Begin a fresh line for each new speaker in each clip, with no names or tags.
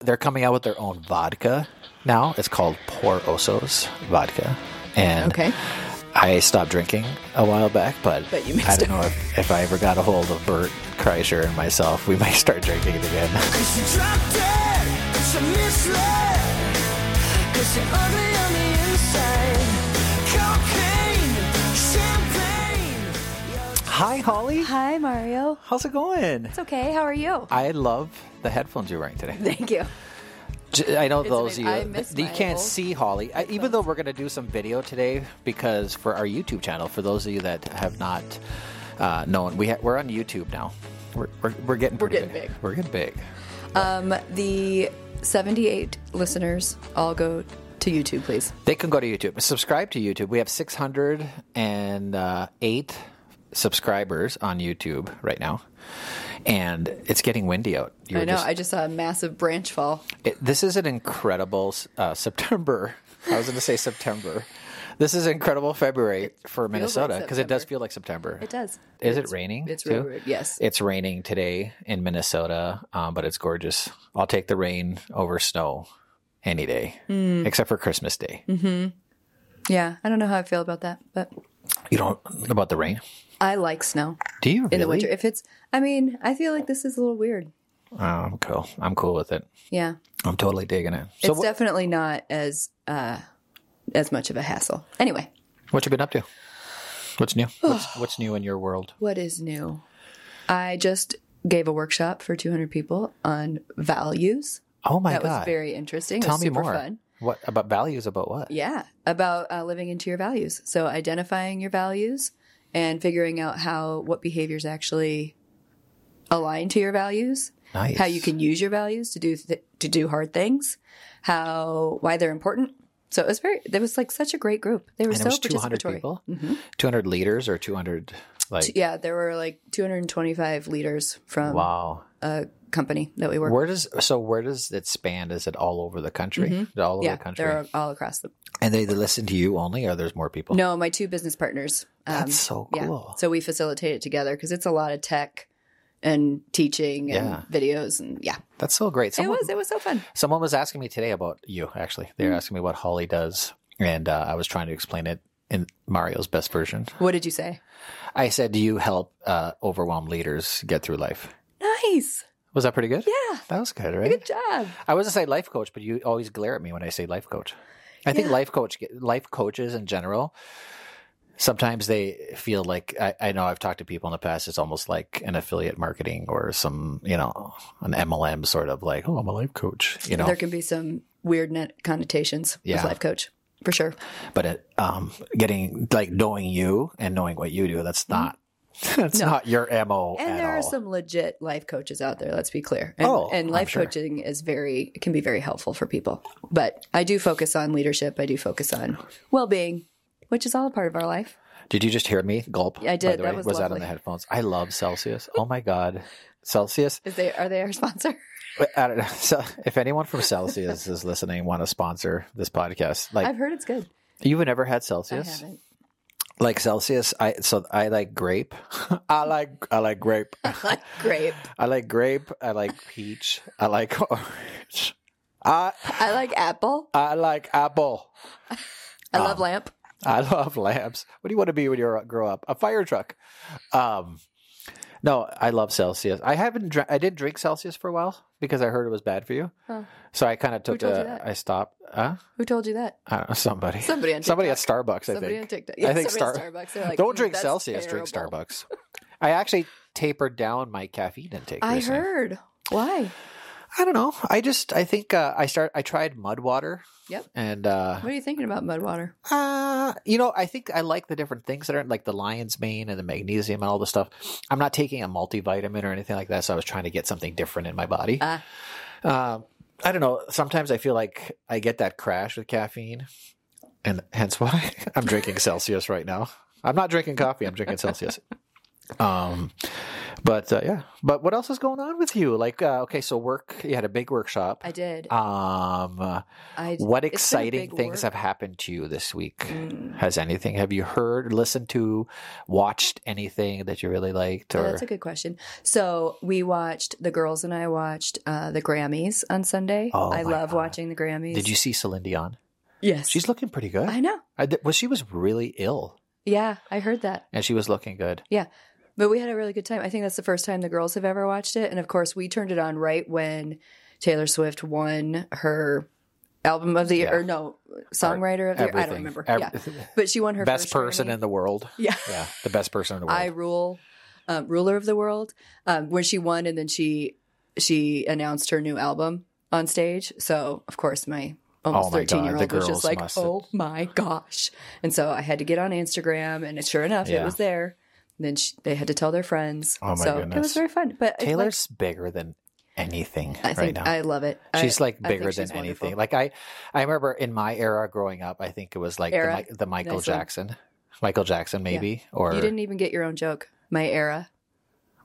they're coming out with their own vodka now. It's called Por Osos vodka, and
Okay.
I stopped drinking a while back, but,
But you
I
mixed
don't know if, if I ever got a hold of Bert Kreischer and myself, we might start drinking it again.
Cause you dropped dead, cause you misled Cause you're ugly on the inside Cocaine, champagne
Hi, Holly.
Hi, Mario.
How's it going?
It's okay. How are you?
I love the headphones you're wearing today.
Thank you.
J- I know those
amazing.
of you.
I miss
th- you
my
can't
old
see Holly, I, even though we're going to do some video today because for our YouTube channel. For those of you that have not uh, known, we ha- we're on YouTube now. We're we're, we're getting
We're
pretty
getting big.
We're getting big.
Um, the 78 listeners all go to YouTube, please.
They can go to YouTube. Subscribe to YouTube. We have 608 uh, subscribers on YouTube right now. And it's getting windy out. You
I
were
know.
just-
I just saw a massive branch fall.
it- this is an incredible uh, September. I was going to say September. This is incredible February for Minnesota because it does
September.
feel like September.
It does.
Is it raining?
it's
too?
really- yes.
It's raining today in Minnesota, um, but it's gorgeous. I'll take the rain over snow any day,
Hmm.
except for Christmas Day.
Yeah. I don't know how I feel about that, but
You don't about the rain?
I like snow
Do you really?
in the winter. If it's, I mean, I feel like this is a little weird.
Oh, I'm cool. I'm cool with it.
Yeah.
I'm totally digging it. So,
it's
what,
definitely not as, uh, as much of a hassle. Anyway,
what you been up to? What's new? What's, what's new in your world?
what is new? I just gave a workshop for 200 people on values.
Oh my
that
god!
was very interesting. It
Tell
was
me
super
more.
Fun.
What about values? About what?
Yeah, about uh, living into your values. So identifying your values and figuring out how what behaviors actually align to your values.
Nice.
How you can use your values to do th- to do hard things. How why they're important. So it was very. There was like such a great group. They were
And it
so
was 200
participatory. Mm-hmm.
people, 200 leaders, or 200 like
Yeah, there were like 225 leaders from
wow.
a company that we work.
Where does so where does it span? Is it all over the country? Is it all over
Mm-hmm. yeah,
the country,
they're all across the
and they listen to you only, or there's more people?
No, my two business partners. Um,
That's so cool.
So we facilitate it together because it's a lot of tech and teaching and
Yeah.
videos and yeah,
That's so great.
it
Someone,
was Mm-hmm. it was so fun.
Someone was asking me today about you, actually. They were asking me what Holly does, and uh, I was trying to explain it in Mario's best version.
What did you say?
I said, Do you help uh, overwhelmed leaders get through life?
Nice,
Was that pretty good?
Yeah.
That was good, right?
good job.
I was going to say life coach, but you always glare at me when I say life coach. I think life coach, life coaches in general, sometimes they feel like I, I know I've talked to people in the past. It's almost like an affiliate marketing or some, you know, an MLM sort of like, oh, I'm a life coach, you know.
There can be some weird net connotations
Yeah.
with life coach for sure.
but it, um, getting like knowing you and knowing what you do that's not that's not your mo
Mm-hmm. And
at
there
all
are some legit life coaches out there. Let's be clear. And,
Oh,
and
I'm
life
sure.
coaching is very it can be very helpful for people. But I do focus on leadership. I do focus on well being, which is all a part of our life.
did you just hear me gulp
Yeah, I
by
did.
the
That
way?
was
that on
lovely.
the headphones i love celsius oh my god celsius
Is they are they our sponsor?
I don't know. uh, So if anyone from celsius is listening want to sponsor this podcast like
I've heard it's good.
you've never had celsius
I haven't.
like celsius i so i like grape i like i like grape
Like grape.
i like grape i like peach i like orange i
I like apple.
i like apple
I love
Ah.
lamp.
I love lamps. What do you want to be when you grow up? A fire truck. Um, no, I love Celsius. I haven't. Dr- I did drink Celsius for a while because I heard it was bad for you. So I kind of took.
told you
A,
that?
I stopped. Huh?
Who told you that?
I don't know, somebody.
Somebody on
somebody at Starbucks. I
Somebody
think.
on TikTok.
I think Star-
somebody at Starbucks. They're like,
Don't
"Mm,
drink
that's
Celsius. Drink
terrible."
Starbucks. I actually tapered down my caffeine intake.
I
recently.
heard. Why?
I don't know. I just. I think uh, I start. I tried mud water.
Yep.
And uh,
What are you thinking about mud water?
Uh, you know, I think I like the different things that are like the lion's mane and the magnesium and all the stuff. I'm not taking a multivitamin or anything like that, so I was trying to get something different in my body.
Ah.
Um, I don't know. Sometimes I feel like I get that crash with caffeine, and hence why I'm drinking Celsius right now. I'm not drinking coffee. I'm drinking Celsius. Um, but uh, yeah, but what else is going on with you? Like, uh, okay, so work. You had a big workshop.
I did.
Um, uh,
I
what
it's been a
exciting
big
things
work.
have happened to you this week?
Mm.
Has anything? Have you heard, listened to, watched anything that you really liked?
Oh,
Or
that's a good question. So we watched the girls and I watched uh, the Grammys on Sunday.
Oh,
I
my
love
God.
watching the Grammys.
did you see Celine Dion?
Yes,
She's looking pretty good.
I know.
I did- well, she was really ill,
Yeah, I heard that.
and she was looking good.
But we had a really good time. I think that's the first time the girls have ever watched it. And of course, we turned it on right when Taylor Swift won her album of the year,
Yeah.
or no, songwriter of the year. I don't remember.
Ev-
yeah. But she won her
best
first
person
Grammy.
in the world.
yeah.
Yeah, the best person in the world.
I rule, um, ruler of the world. Um, when she won, and then she she announced her new album on stage. So of course, my almost
Oh my God,
thirteen year old
the
was just
girls
like,
must have-
"Oh my gosh!" And so I had to get on Instagram, and sure enough, it
Yeah.
was there. And then she, they had to tell their friends.
Oh my
so it was
goodness.
very fun. But it's like-
Taylor's bigger than anything
I
right
think
now.
I love it. I-
she's like
I think
bigger
she's
than anything.
wonderful.
Like I, I remember in my era growing up, I think it was like
Era.
the, Mi- the Michael
Nice one.
Jackson, Michael Jackson maybe, or
you didn't e even get your own joke. My era,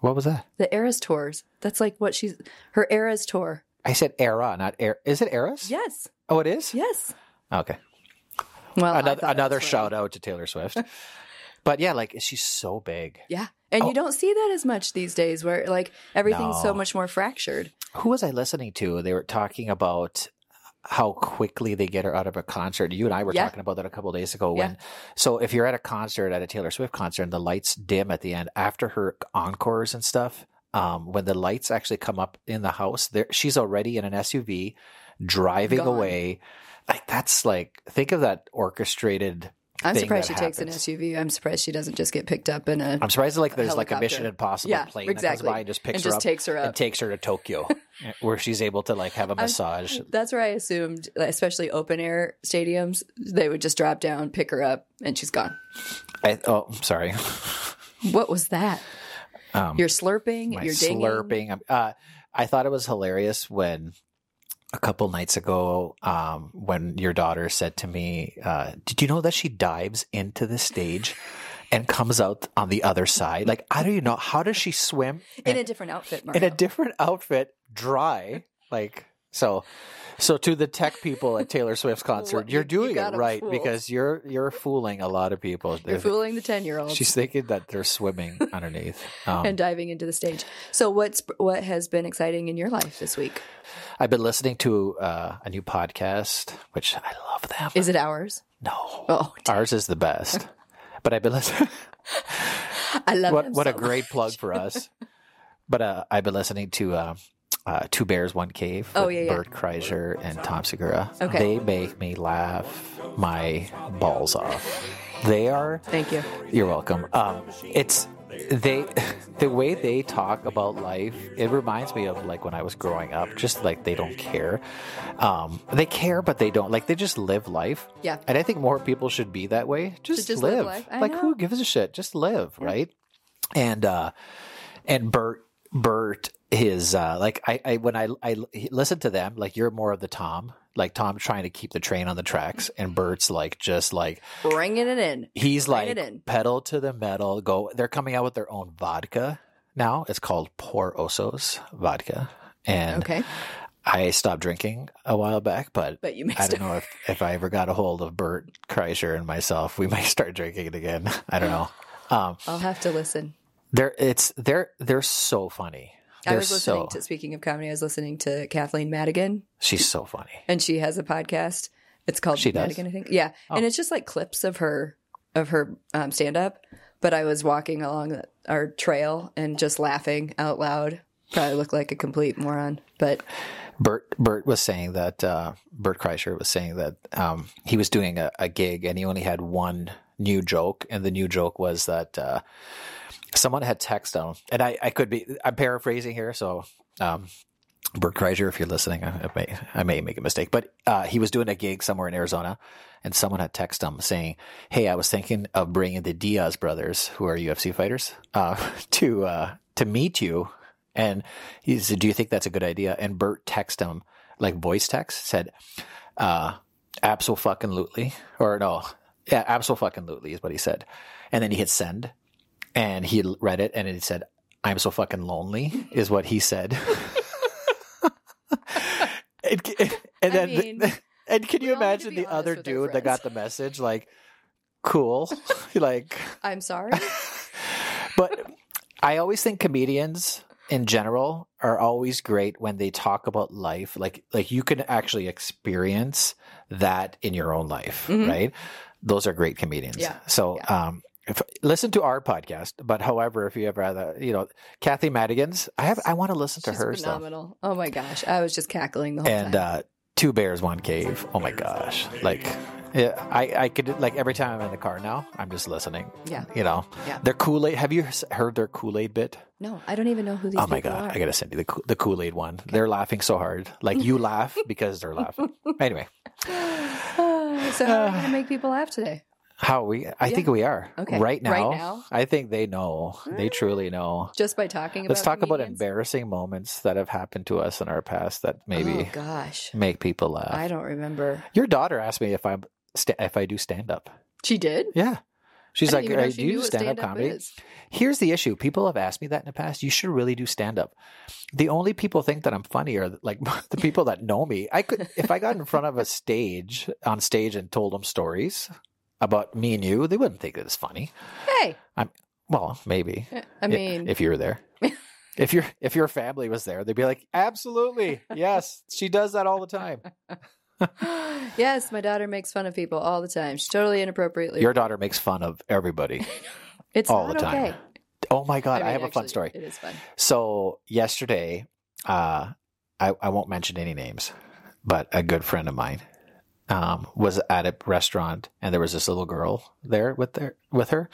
what was that?
the Eras tours. That's like what she's her Eras tour.
I said era, not era. Is it eras?
Yes,
Oh, it is.
yes.
Okay.
Well, I
another
thought it
another
was funny.
shout out to Taylor Swift. but yeah, like she's so big.
Yeah. And you don't see that as much these days where like everything's so
Oh. No.
much more fractured.
Who was I listening to? They were talking about how quickly they get her out of a concert. You and I were
Yeah.
talking about that a couple days ago. When so, if you're at a concert at a Taylor Swift concert and the lights dim at the end after her encores and stuff, um, when the lights actually come up in the house, there she's already in an SUV driving
Gone.
away. Like that's like think of that orchestrated.
I'm
thing
surprised she
that
takes an
happens.
SUV. I'm surprised she doesn't just get picked up in a
I'm surprised like there's like a
Helicopter.
Mission Impossible
Yeah,
plane that
exactly.
comes by and just picks
and
her
just
up
takes her
and
up.
takes her to Tokyo, where she's able to like have a massage.
That's where I assumed, especially open air stadiums, they would just drop down, pick her up, and she's gone.
I, oh, I'm sorry.
What was that?
Um,
You're slurping.
my
You're dinging.
slurping. Um, Uh, I thought it was hilarious when a couple nights ago, um, when your daughter said to me, uh, "Did you know that she dives into the stage and comes out on the other side? Like, I don't even know how does she swim
in
and-
a different outfit,
in
Mario.
a different outfit, dry, like." So, so to the tech people at Taylor Swift's concert,
you-
you're
you
doing
got
it
'em
right
fooled.
because you're you're fooling a lot of people.
You're fooling the ten year old
She's thinking that they're swimming underneath. Um,
and diving into the stage. So what's what has been exciting in your life this week?
I've been listening to uh, a new podcast, which I love them.
Is it ours?
no,
Oh,
ours is the best. But I've been listening.
I love
what
them
what a
so
great plug for us. But uh, I've been listening to uh, uh, Two Bears One Cave.
Oh,
with
yeah, yeah.
Bert Kreischer and Tom Segura.
Okay.
They make me laugh my balls off. They are.
Thank you.
You're welcome. Um, it's they the way they talk about life. It reminds me of like when I was growing up. Just like they don't care. Um, they care, but they don't. Like they just live life.
Yeah.
And I think more people should be that way. Just,
just live
live.
life. I
Like
know.
who gives a shit? Just live, right? And uh, and Bert Bert his uh like I, I when I I listen to them like you're more of the Tom like Tom trying to keep the train on the tracks and Bert's like just like
Bringing it in.
He's
Bring it
like
in.
pedal to the metal. Go. They're coming out with their own vodka now. It's called Por Osos vodka, and
Okay.
I stopped drinking a while back, but.
But you
I
missed it.
don't know if, if I ever got a hold of Bert Kreischer and myself, we might start drinking it again. I don't know. Um,
I'll have to listen.
they're it's they're they're so funny. They're
I was listening
so
to speaking of comedy, I was listening to Kathleen Madigan
she's so funny.
and she has a podcast. It's called
She does? Oh.
Madigan, I think. Yeah. And it's just like clips of her of her um, stand up. But I was walking along the- our trail and just laughing out loud. Probably looked like a complete moron. But
Bert Bert was saying that uh, Bert Kreischer was saying that um, he was doing a, a gig and he only had one new joke, and the new joke was that uh, someone had texted him, and I, I could be I'm paraphrasing here, so um, Bert Kreischer, if you're listening, I, I may I may make a mistake, but uh, he was doing a gig somewhere in Arizona, and someone had texted him saying, "Hey, I was thinking of bringing the Diaz brothers, who are UFC fighters, uh, to uh, to meet you." And he said, "Do you think that's a good idea?" And Bert texted him, like voice text, said, uh, "Absolutely," or no, yeah, absolutely is what he said. And then he hit send, and he l- read it and it said, "I'm so fucking lonely," is what he said. and, c- and
I
then,
mean,
and can
we
you
all need to
imagine
be
the
honest
other
with our
dude that
friends.
got the message? Like, cool, like,
I'm sorry.
but I always think comedians in general are always great when they talk about life. Like, like you can actually experience that in your own life,
Mhm.
right? Those are great comedians.
Yeah.
So, um, if, listen to our podcast, but however, if you ever rather, you know, Kathy Madigan's, I have, I want to listen to
She's
her stuff.
phenomenal. Oh my gosh, I was just cackling the whole
And,
time.
uh, Two Bears, One Cave. Oh my gosh. Like, yeah, I, I could, like, every time I'm in the car now, I'm just listening.
yeah,
You know,
Yeah.
their Kool Aid. Have you heard their Kool Aid bit?
no, I don't even know who these.
Oh my
people
god!
are.
I gotta send you the Kool- the Kool Aid one. They're laughing so hard, like you laugh because they're laughing. Anyway,
Ah, so how are we gonna make people laugh today?
how are we? I
Yeah.
think we are
Okay.
right now.
Right now?
I think they know. They truly know.
Just by talking about.
Let's talk about
comedians?
embarrassing moments that have happened to us in our past that
Oh
maybe
gosh,
make people laugh.
I don't remember.
Your daughter asked me if I'm sta if I do stand up.
She did.
Yeah. She's
I
like,
didn't even know
"Hey,
she
do
knew
you
what
stand up
stand-up
comedy?
is.
Here's the issue. People have asked me that in the past. You should really do stand up. The only people think that I'm funny are like the people that know me. I could if I got in front of a stage on stage and told them stories about me and you, they wouldn't think that it's funny.
Hey,
Well, maybe.
I mean,
if you were there. If your if your family was there, they'd be like, "Absolutely. Yes, she does that all the time."
yes, my daughter makes fun of people all the time. She's totally inappropriately.
Your daughter makes fun of everybody
it's
all
not
the time.
okay.
Oh my god, I,
mean,
have a fun
actually,
story.
It is fun.
So yesterday, uh, I, I won't mention any names, but a good friend of mine um, was at a restaurant, and there was this little girl there with their with her,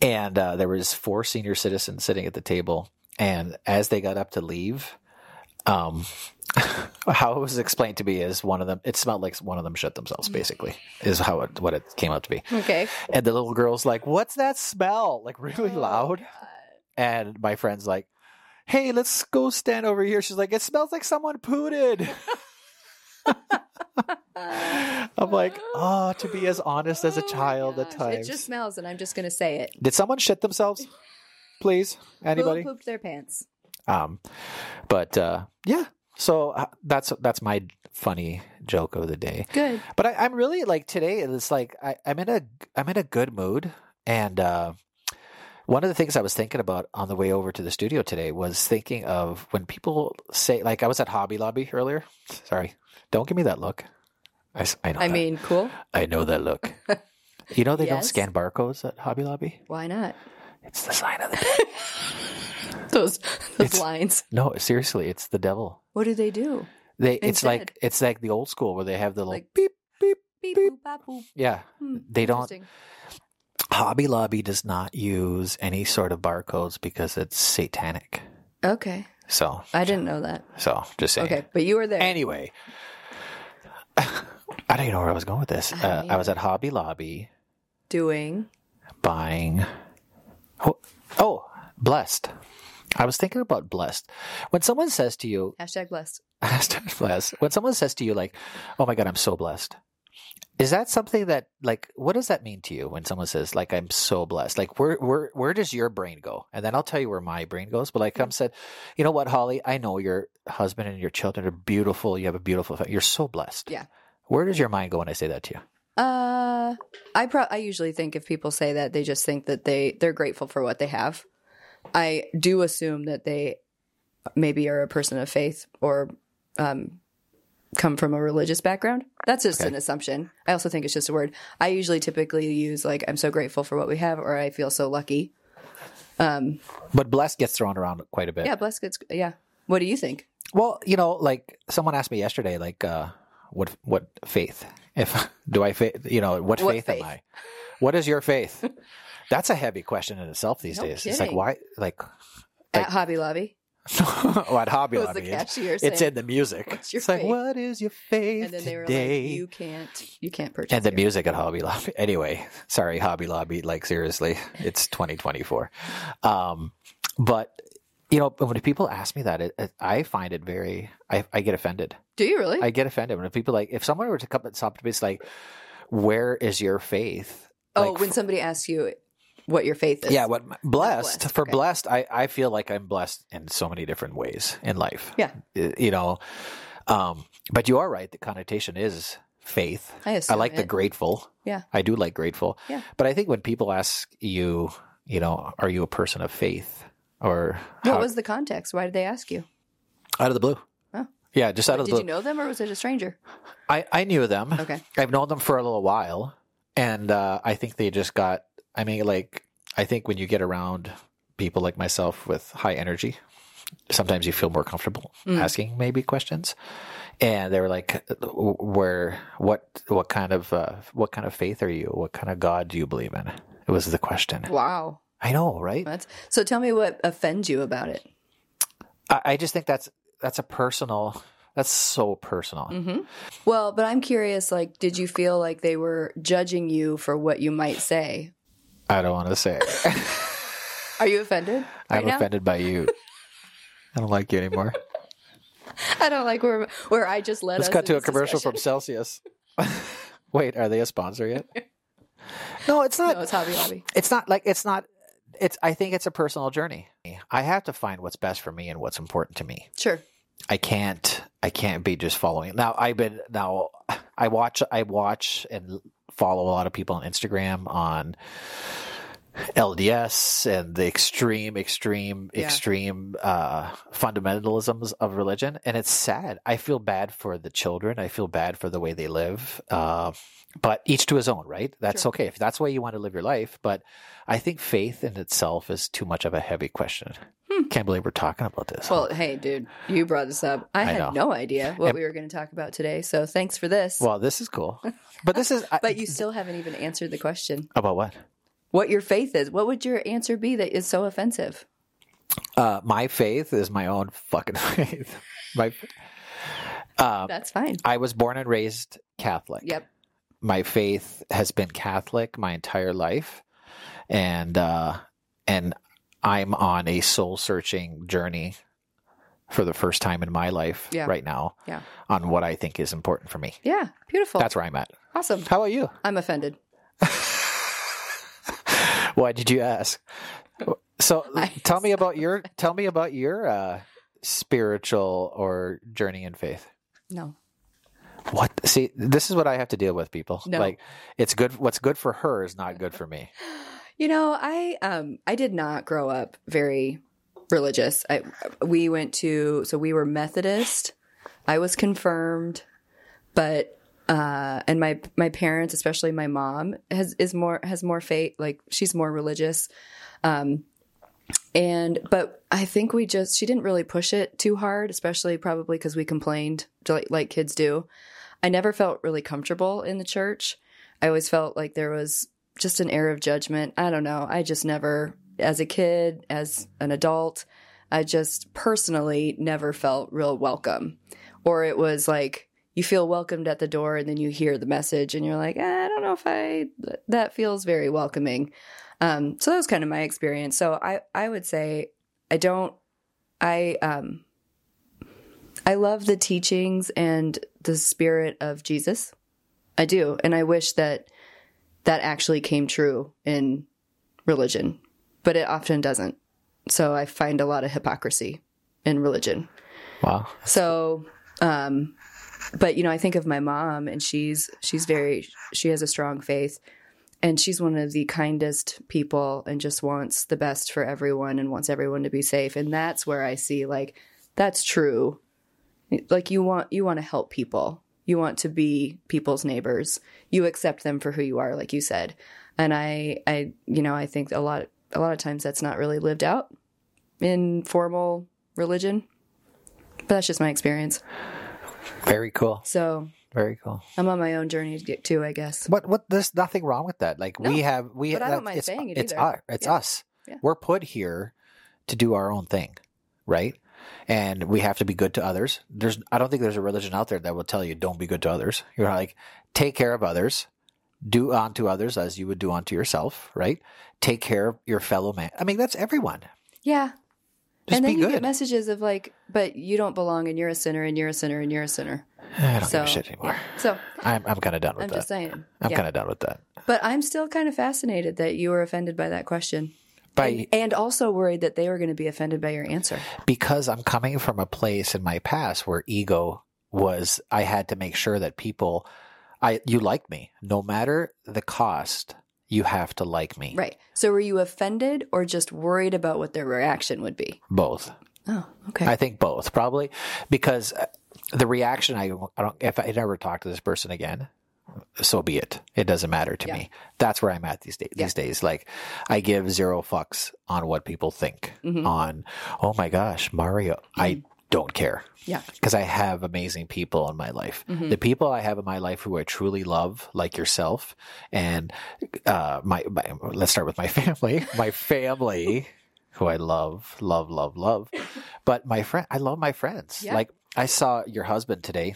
and uh, there was four senior citizens sitting at the table. And as they got up to leave, um, how it was explained to me is one of them. It smelled like one of them shit themselves. Basically, is how it, what it came out to be.
Okay.
And the little girl's like, "What's that smell?" Like really
Oh,
loud. And my friend's like, "Hey, let's go stand over here." She's like, "It smells like someone pooted." I'm like, "Oh, to be as honest as a
Oh my
child at
gosh.
times."
It just smells, and I'm just going to say it.
Did someone shit themselves? Please, anybody?
Who pooped their pants?
Um, but uh, yeah, so uh, that's that's my funny joke of the day.
Good.
But I, I'm really like today. It's like I, I'm in a I'm in a good mood, and uh, one of the things I was thinking about on the way over to the studio today was thinking of when people say like I was at Hobby Lobby earlier. Sorry, don't give me that look. I, s- I know.
I
that.
mean, cool.
I know that look. you know they don't
Yes.
scan barcodes at Hobby Lobby.
Why not?
It's the sign of the
Those those
It's-
lines.
no. Seriously, it's the devil.
What do they do?
They it's
Instead.
like it's like the old school where they have the little
Like-
beep beep.
Beep, boop, bop, boop.
Yeah,
Hmm,
they don't
interesting.
Hobby Lobby does not use any sort of barcodes because it's satanic.
Okay,
So,
I didn't know that.
so just saying.
Okay, but you were there.
Anyway, I don't even know where I was going with this.
I don't
Uh, I was at Hobby Lobby
doing
buying. Oh, oh, blessed. I was thinking about blessed. When someone says to you,
hashtag blessed.
hashtag blessed. When someone says to you, like, "Oh my God, I'm so blessed," is that something that, like, what does that mean to you when someone says, "Like, I'm so blessed"? Like, where, where, where does your brain go? And then I'll tell you where my brain goes. But like, I'm said, you know what, Holly? I know your husband and your children are beautiful. You have a beautiful. fa- You're so blessed.
Yeah.
Where does your mind go when I say that to you?
Uh, I pro- I usually think if people say that, they just think that they they're grateful for what they have. I do assume that they maybe are a person of faith or um, come from a religious background. That's just
Okay.
an assumption. I also think it's just a word. I usually typically use like I'm so grateful for what we have or I feel so lucky. Um,
But blessed gets thrown around quite a bit.
yeah, bless good. Yeah. What do you think?
Well, you know, like someone asked me yesterday, like, uh, what what faith? If do I faith? You know, what,
What
faith,
faith?
am I? What is your faith? That's a heavy question in itself these
No
days. It's like
kidding.
why, like,
At Hobby Lobby,
oh, at Hobby
was the
Lobby, it's,
cashier saying,
it's in the music.
"What's your
It's like,
faith?"
what is your faith
and then they were
today?
like, "You can't, you can't purchase."
and the
here."
music at Hobby Lobby. Anyway, sorry, Hobby Lobby. Like seriously, it's 2024. Um, but you know, when people ask me that, it, it, I find it very. I, I get offended.
do you really?
I get offended when people like if someone were to come and stop to me, it's like, where is your faith?
oh,
Like,
when somebody asks you, what your faith is.
yeah what blessed,
blessed,
for
okay.
blessed I, I feel like i'm blessed in so many different ways in life
Yeah.
Y- you know um but you are right the connotation is faith
I assume
like the
it.
grateful
Yeah.
i do like grateful
Yeah.
but i think when people ask you you know are you a person of faith or
What
how-
was the context? Why did they ask you?
out of the blue
Oh.
yeah just out of the
Did
blue
you know them or was it a stranger?
I, I knew them.
Okay.
I've known them for a little while. And uh, I think they just got, I mean, like, I think when you get around people like myself with high energy, sometimes you feel more comfortable asking maybe questions. And they were like, where, what, what kind of, uh, what kind of faith are you? What kind of God do you believe in? It was the question.
Wow.
I know, right?
That's, so tell me what offends you about it.
I, I just think that's, that's a personal, that's so personal.
Hmm. Mm-hmm. Well, but I'm curious like did you feel like they were judging you for what you might say?
I don't want to say it.
Are you offended? right
I'm
now?
offended by you. I don't like you anymore.
I don't like where where I just led
Let's
us
cut to
in
a
this
commercial
discussion.
from Celsius. Wait, are they a sponsor yet? No, it's not.
No, it's Hobby Lobby.
it's not like it's not. It's. I think it's a personal journey. I have to find what's best for me and what's important to me.
Sure.
I can't. I can't be just following. Now I've been. Now I watch. I watch and follow a lot of people on Instagram on LDS and the extreme, extreme,
Yeah.
extreme uh, fundamentalisms of religion, and it's sad. I feel bad for the children. I feel bad for the way they live. Uh, but each to his own, right? That's okay if that's the way you want to live your life. But I think faith in itself is too much of a heavy question. Can't believe we're talking about this.
Well, hey, dude, you brought this up. I, had
know.
no idea what we were going to talk about today, so thanks for this.
Well, this is cool. But this is
but you still haven't even answered the question:
about what?
what your faith is. What would your answer be that is so offensive?
Uh, my faith is my own fucking faith. My,
That's fine.
I was born and raised Catholic.
Yep.
My faith has been Catholic my entire life, and uh, and I'm on a soul searching journey for the first time in my life
Yeah.
right now
Yeah.
on what I think is important for me.
Yeah. Beautiful.
That's where I'm at.
awesome.
How about you?
I'm offended.
Why did you ask? So
I-
tell me about your tell me about your uh, spiritual or journey in faith.
No.
What? See, this is what I have to deal with, people.
No.
Like, it's good. What's good for her is not good for me.
You know, I um I did not grow up very religious. I we went to so we were Methodist. I was confirmed, but uh and my my parents, especially my mom, has is more has more faith, like she's more religious. Um and but I think we just she didn't really push it too hard, especially probably cuz we complained like, like kids do. I never felt really comfortable in the church. I always felt like there was just an air of judgment. I don't know. I just never, as a kid, as an adult, I just personally never felt real welcome. Or it was like you feel welcomed at the door and then you hear the message and you're like, "Ah, I don't know if I, that feels very welcoming. Um, so that was kind of my experience. So I, I would say I don't, I, um, I love the teachings and the spirit of Jesus. I do. And I wish that that actually came true in religion, but it often doesn't. So I find a lot of hypocrisy in religion.
Wow.
So, um, but you know, I think of my mom, and she's she's very she has a strong faith, and she's one of the kindest people, and just wants the best for everyone, and wants everyone to be safe. And that's where I see like that's true. Like you want you want to help people, you want to be people's neighbors, you accept them for who you are, like you said. And I I you know I think a lot a lot of times that's not really lived out in formal religion but that's just my experience.
Very cool.
So
Very cool.
I'm on my own journey to get to, I guess.
What? What? There's nothing wrong with that. Like we have. We.
but I
that-
don't mind
it's,
saying it
It's
either.
us. It's
Yeah.
us.
Yeah.
We're put here to do our own thing, right? And we have to be good to others. There's. I don't think there's a religion out there that will tell you don't be good to others. You're not like take care of others. Do unto others as you would do unto yourself, right? Take care of your fellow man. I mean, that's everyone.
Yeah.
Just
and then
be
you
good.
get messages of like, but you don't belong and you're a sinner and you're a sinner and you're a sinner.
I don't give
So-
a shit anymore.
So
I'm I'm kind of done with
I'm
that.
just saying.
I'm
yeah.
kind of done with that.
but I'm still kind of fascinated that you were offended by that question.
By
And also worried that they were going to be offended by your answer.
because I'm coming from a place in my past where ego was I had to make sure that people I you like me no matter the cost you have to like me
Right. So were you offended or just worried about what their reaction would be?
both
Oh, okay.
I think both probably because uh, the reaction I, I don't if I never talk to this person again so be it it doesn't matter to
Yeah.
me that's where I'm at these days these days like I give zero fucks on what people think
Mhm.
on oh my gosh Mario
Mm-hmm.
I don't care
yeah.
because I have amazing people in my life.
Mhm.
The people I have in my life who I truly love, like yourself, and uh, my, my let's start with my family, my family who I love, love, love, love. But my friend, I love my friends.
Yeah.
Like I saw your husband today,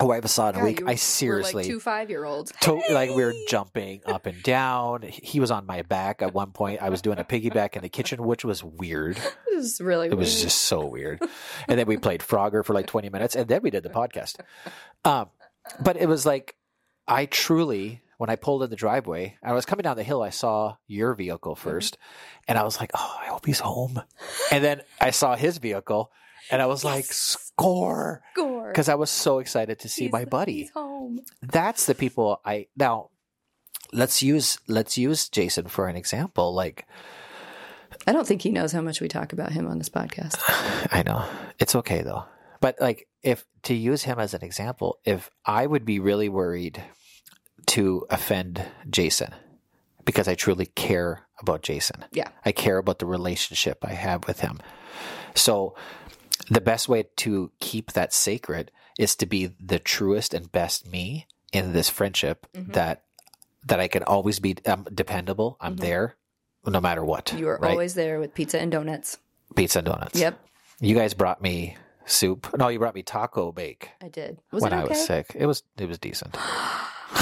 who I haven't saw in a
God,
week. I
you We're like
seriously.
two five year olds.
To- like we were jumping up and down. He was on my back at one point. I was doing a piggyback in the kitchen, which was weird.
This is really
It was
weird.
just so weird. And then we played Frogger for like 20 minutes and then we did the podcast. Um, but it was like, I truly, when I pulled in the driveway, I was coming down the hill, I saw your vehicle 1st And I was like, oh, I hope he's home. And then I saw his vehicle and I was like, score.
Gore.
Because I was so excited to see
He's-
my buddy
He's home.
that's the people I now let's use let's use Jason for an example. Like
I don't think he knows how much we talk about him on this podcast.
I know. It's okay though. But like if to use him as an example, if I would be really worried to offend Jason because I truly care about Jason.
Yeah.
I care about the relationship I have with him. So the best way to keep that sacred is to be the truest and best me in this friendship
Mhm.
that that I can always be um, dependable. I'm
Mhm.
there no matter what.
You were
right?
always there with pizza and donuts.
pizza and donuts.
Yep,
You guys brought me soup. No, you brought me taco bake
I did. Was
when
it
I
okay?
was sick. It was it was decent.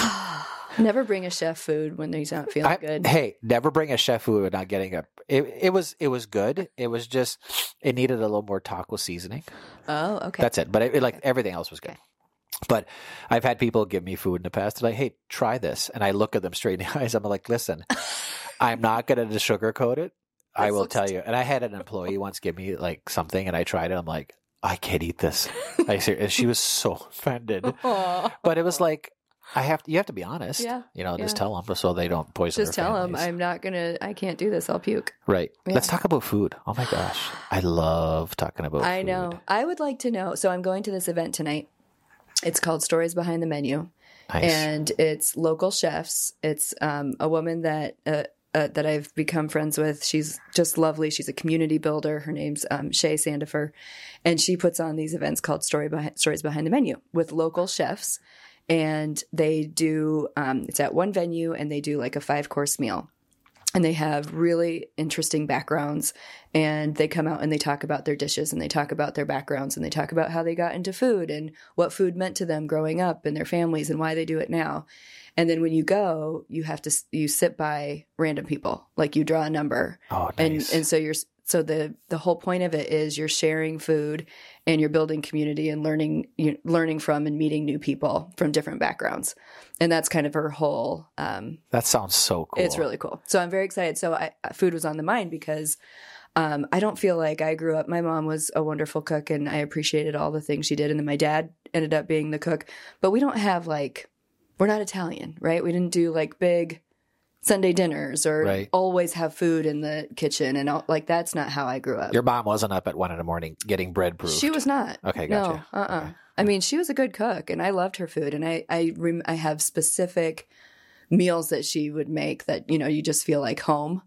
Never bring a chef food when he's not feeling
I-
good.
Hey, never bring a chef who are not getting a. It, it was it was good. It was just it needed a little more taco seasoning.
Oh, okay.
That's it. But it, it, like everything else was good.
Okay.
But I've had people give me food in the past. They're like, "Hey, try this," and I look at them straight in the eyes. I'm like, "Listen, I'm not going to sugarcoat it. I
This
will
looks
tell you." And I had an employee once give me like something, and I tried it. I'm like, "I can't eat this." I ser- and she was so offended.
Aw.
But it was like, I have you have to be honest.
Yeah,
You know, just
yeah.
tell them so they don't poison.
Just
their
tell him
families.
I'm not gonna. I can't do this. I'll puke.
Right.
Yeah.
Let's talk about food. Oh my gosh, I love talking about.
I
food.
know. I would like to know. So I'm going to this event tonight. It's called Stories Behind the Menu,
Nice.
and it's local chefs. It's um, a woman that uh, uh, that I've become friends with. She's just lovely. She's a community builder. Her name's um, Shay Sandifer, and she puts on these events called Story Behind, Stories Behind the Menu with local chefs, and they do. Um, it's at one venue, and they do like a five course meal. And they have really interesting backgrounds, and they come out and they talk about their dishes, and they talk about their backgrounds, and they talk about how they got into food and what food meant to them growing up and their families and why they do it now. And then when you go, you have to s- you sit by random people, like you draw a number,
oh,
and
nice.
and so you're s- so the the whole point of it is you're sharing food and you're building community and learning you learning from and meeting new people from different backgrounds, and that's kind of her whole um,
that sounds so cool.
it's really cool. So I'm very excited. So I, uh, food was on the mind because um, I don't feel like I grew up. My mom was a wonderful cook, and I appreciated all the things she did. And then my dad ended up being the cook, but we don't have like we're not Italian, right? We didn't do like big Sunday dinners or
Right.
always have food in the kitchen, and all, like that's not how I grew up.
Your mom wasn't up at one in the morning getting bread proofed.
She was not.
Okay, gotcha.
No, uh-uh.
Okay.
I mean, she was a good cook, and I loved her food, and I I rem- I have specific meals that she would make that you know you just feel like home.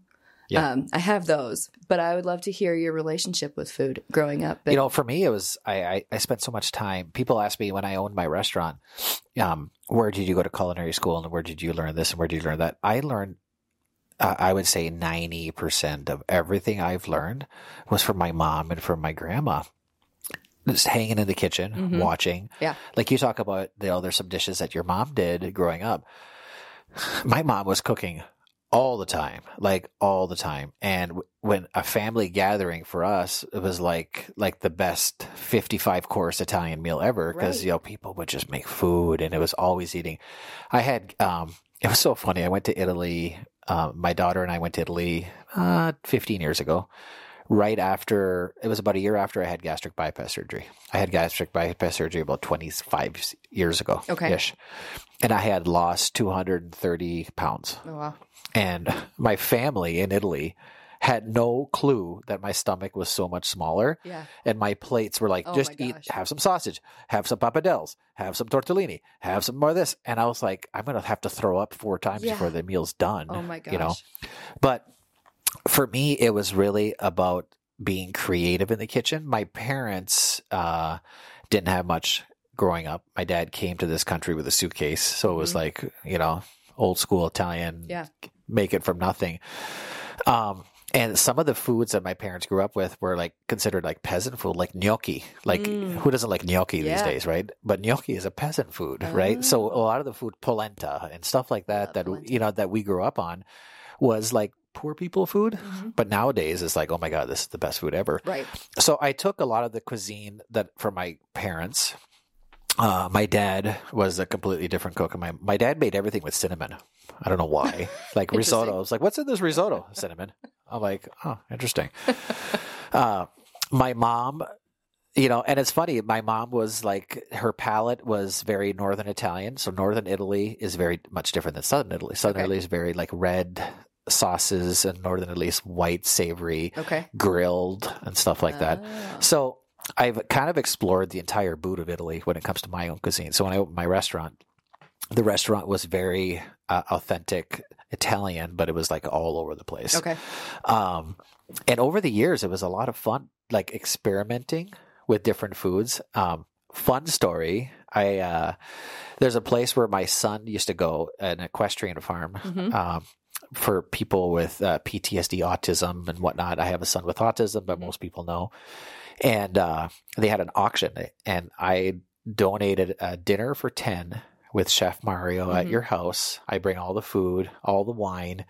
Yeah.
Um, I have those, but I would love to hear your relationship with food growing up.
you know, for me, it was I, I. I spent so much time. People ask me when I owned my restaurant, um, where did you go to culinary school and where did you learn this and where did you learn that? I learned. Uh, I would say ninety percent of everything I've learned was from my mom and from my grandma. Just hanging in the kitchen,
Mhm.
watching.
Yeah.
like you talk about. You know, there's some dishes that your mom did growing up. My mom was cooking all the time, like all the time. And w- when a family gathering for us, it was like like the best fifty five course Italian meal ever because
Right.
you know people would just make food, and it was always eating. I had um, it was so funny. I went to Italy. Um, my daughter and I went to Italy uh, fifteen years ago. Right after it was about a year after I had gastric bypass surgery. I had gastric bypass surgery about twenty five years ago,
Okay.
ish, and I had lost two hundred and thirty pounds
Oh wow.
and my family in Italy had no clue that my stomach was so much smaller
Yeah.
and my plates were like
Oh
just
my
eat
gosh.
have some sausage have some pappardelles have some tortellini have some more of this and i was like i'm gonna have to throw up four times
Yeah.
before the meal's done
Oh my gosh.
you know but for me, it was really about being creative in the kitchen. My parents uh, didn't have much growing up. My dad came to this country with a suitcase. So it was
Mhm.
like, you know, old school Italian,
Yeah.
make it from nothing. Um, and some of the foods that my parents grew up with were like considered like peasant food, like gnocchi. Like
Mm.
who doesn't like gnocchi these
Yeah. Oh.
days, right? But gnocchi is a peasant food, right? So a lot of the food, polenta and stuff like that,
Love
that
polenta.
you know that we grew up on, was like poor people food.
Mhm.
But nowadays, it's like, oh my god, this is the best food ever.
Right.
So I took a lot of the cuisine that from my parents. Uh, my dad was a completely different cook. and My my dad made everything with cinnamon. I don't know why. Like
Interesting.
risotto. I was like, what's in this risotto? Cinnamon. I'm like, oh, interesting. uh, my mom, you know, and it's funny. My mom was like, her palate was very northern Italian. So northern Italy is very much different than southern Italy. Southern
Okay.
Italy is very like red sauces, and northern Italy is white, savory,
Okay.
grilled, and stuff like that.
Oh.
So I've kind of explored the entire boot of Italy when it comes to my own cuisine. So when I opened my restaurant, the restaurant was very uh, authentic Italian, but it was like all over the place.
Okay.
Um, and over the years, it was a lot of fun, like experimenting with different foods. Um, fun story. I uh, there's a place where my son used to go, an equestrian farm
Mhm.
um, for people with uh, PTSD, autism, and whatnot. I have a son with autism,
Mm-hmm.
but most people know. And uh, they had an auction, and I donated a dinner for 10 with Chef Mario at
Mhm.
your house. I bring all the food, all the wine,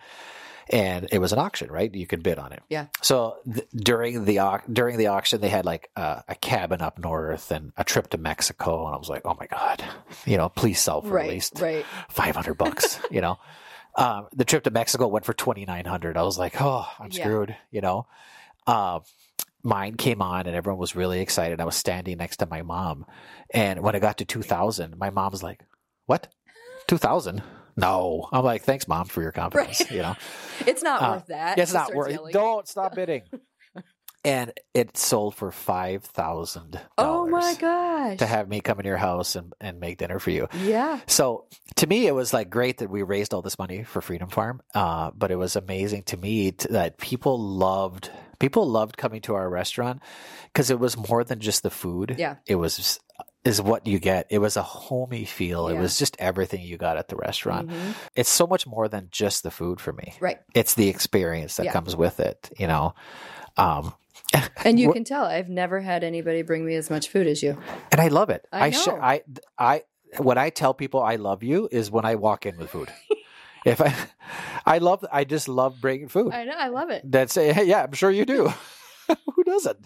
and it was an auction, right? You could bid on it.
Yeah.
So th- during the au- during the auction, they had like uh, a cabin up north and a trip to Mexico, and I was like, oh my god, you know, please sell for
Right.
at least
Right.
five hundred bucks. you know, um, the trip to Mexico went for twenty nine hundred. I was like, oh, I'm
Yeah.
screwed. You know, uh, mine came on and everyone was really excited. I was standing next to my mom, and when I got to two thousand, my mom's like, "What? Two thousand? No." I'm like, "Thanks, mom, for your confidence."
Right.
You know,
It's not
Uh,
worth that.
it's
He
not
starts
worth.
yelling.
Don't stop bidding. and it sold for five thousand.
Oh my gosh.
To have me come in your house and, and make dinner for you.
yeah.
So to me, it was like great that we raised all this money for Freedom Farm, uh, but it was amazing to me t- that people loved people loved coming to our restaurant because it was more than just the food.
Yeah.
it was is what you get. It was a homey feel. It
Yeah.
was just everything you got at the restaurant.
Mhm.
It's so much more than just the food for me.
Right.
It's the experience that
Yeah.
comes with it. You know. Um,
And you
Wha-
can tell I've never had anybody bring me as much food as you.
And I love it.
I
I sh-
know.
I I when I tell people I love you is when I walk in with food. if I I love I just love bringing food.
I know. I love it.
That's eh, hey, yeah, I'm sure you do. Who doesn't?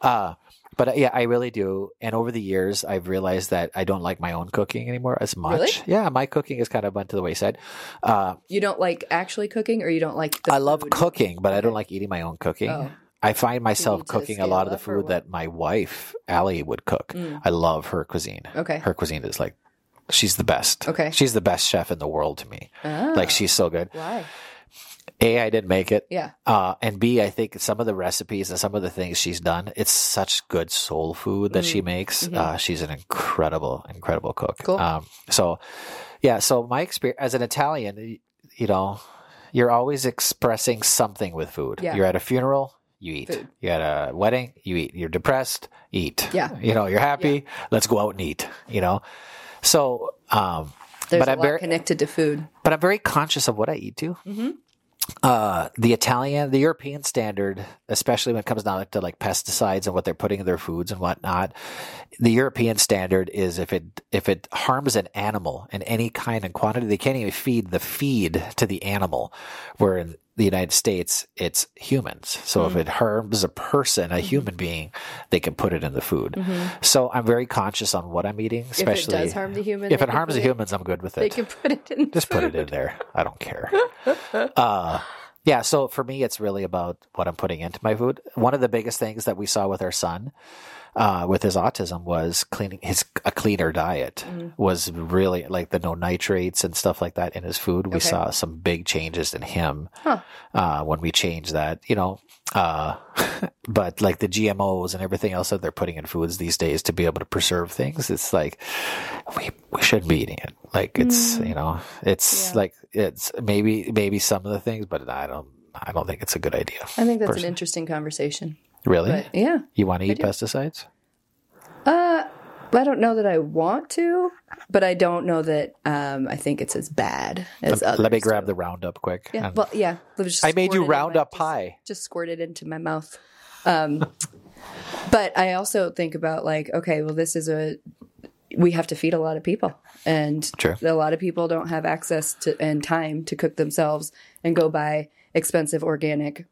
Uh but uh, yeah, I really do. And over the years, I've realized that I don't like my own cooking anymore as much.
Really?
Yeah, my cooking has kind of went to the wayside. Uh,
You don't like actually cooking, or you don't like. The
I love
food?
cooking, but I don't
Okay.
like eating my own cooking.
Oh.
I find myself
need to
cooking a
scale
lot of the
up or
food
what?
that my wife, Allie, would cook.
Mm.
I love her cuisine.
Okay.
Her cuisine is like, she's the best.
Okay.
She's the best chef in the world to me.
Ah.
Like, she's so good.
Why?
A, I didn't make it.
Yeah.
Uh, and B, I think some of the recipes and some of the things she's done, it's such good soul food that she makes. Uh, she's an incredible, incredible cook.
Mm, mm-hmm. Cool.
Um, so, yeah. So, my experience as an Italian, y- you know, you're always expressing something with food.
Yeah.
You're at a funeral, you eat.
Food.
You're at a wedding, you eat. You're depressed, eat.
Yeah.
You know, you're happy, let's go out and eat, you know. So, um,
There's
but
a
I'm
lot
very,
connected to food. Mm-hmm.
but I'm very conscious of what I eat too. uh, the Italian, the European standard, especially when it comes down to like pesticides and what they're putting in their foods and whatnot, the European standard is if it if it harms an animal in any kind and quantity, they can't even feed the feed to the animal. Where in the United States, it's humans. So
Mm.
if it harms a person,
Mm-hmm.
a human being, they can put it in the food. So I'm very conscious on what I'm eating, especially
if it does harm the human,
if
they
it
can
harms
put
the humans, I'm good with it
they can put it in.
just put it in there. I don't care. uh, yeah. So for me, it's really about what I'm putting into my food. One of the biggest things that we saw with our son, uh, with his autism, was cleaning his a cleaner diet
Mm-hmm.
was really like the no nitrates and stuff like that in his food. We
Okay.
saw some big changes in him
Huh.
uh, when we changed that. You know. Uh, but like the GMOs and everything else that they're putting in foods these days to be able to preserve things, it's like we we shouldn't be eating it. Like it's you know it's
Mm. Yeah.
like it's maybe maybe some of the things, but I don't I don't think it's a good idea.
I think that's
Person.
an interesting conversation.
Really,
Uh, But yeah,
you want to eat pesticides?
uh, I don't know that I want to, but I don't know that um, I think it's as bad
Let,
as others.
let me grab the roundup quick.
Yeah,
And
well, yeah. let me just
I made
squirt it
you
in my-
round up
just-
pie.
just squirted into my mouth. Um, but I also think about like, okay, well, this is a we have to feed a lot of people, and
Sure.
a lot of people don't have access to and time to cook themselves and go buy expensive organic